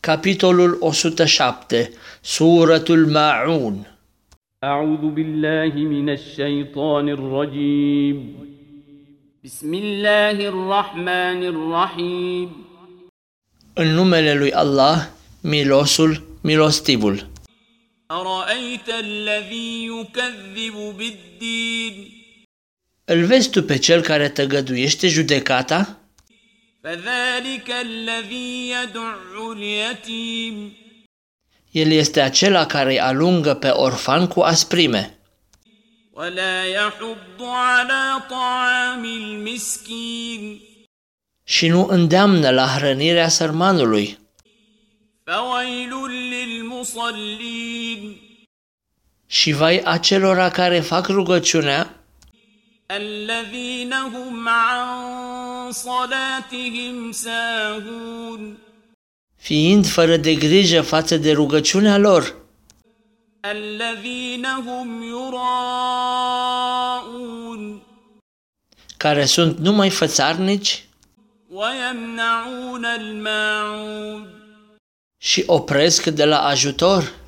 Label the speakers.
Speaker 1: Capitolul 107, Suratul Ma'un.
Speaker 2: أعوذ بالله من الشيطان الرجيم بسم الله الرحمن الرحيم
Speaker 1: În numele lui Allah, milosul, milostivul.
Speaker 2: أرأيت الذي يكذب بالدين
Speaker 1: Îl vezi tu pe cel care tăgăduiește judecata?
Speaker 2: فذلك الذي يدع اليتيم
Speaker 1: El este acela care îi alungă pe orfan cu asprime
Speaker 2: ولا يحض على طعام المسكين
Speaker 1: și nu îndeamnă la hrănirea sărmanului.
Speaker 2: فويل للمصلين
Speaker 1: Și vai acelora care fac rugăciunea,
Speaker 2: الذين هم عن صلاتهم ساهون
Speaker 1: fiind fără de grijă față de rugăciunea lor,
Speaker 2: الذين هم يراءون
Speaker 1: care sunt numai fățarnici
Speaker 2: ويمنعون الماعون
Speaker 1: și opresc de la ajutor,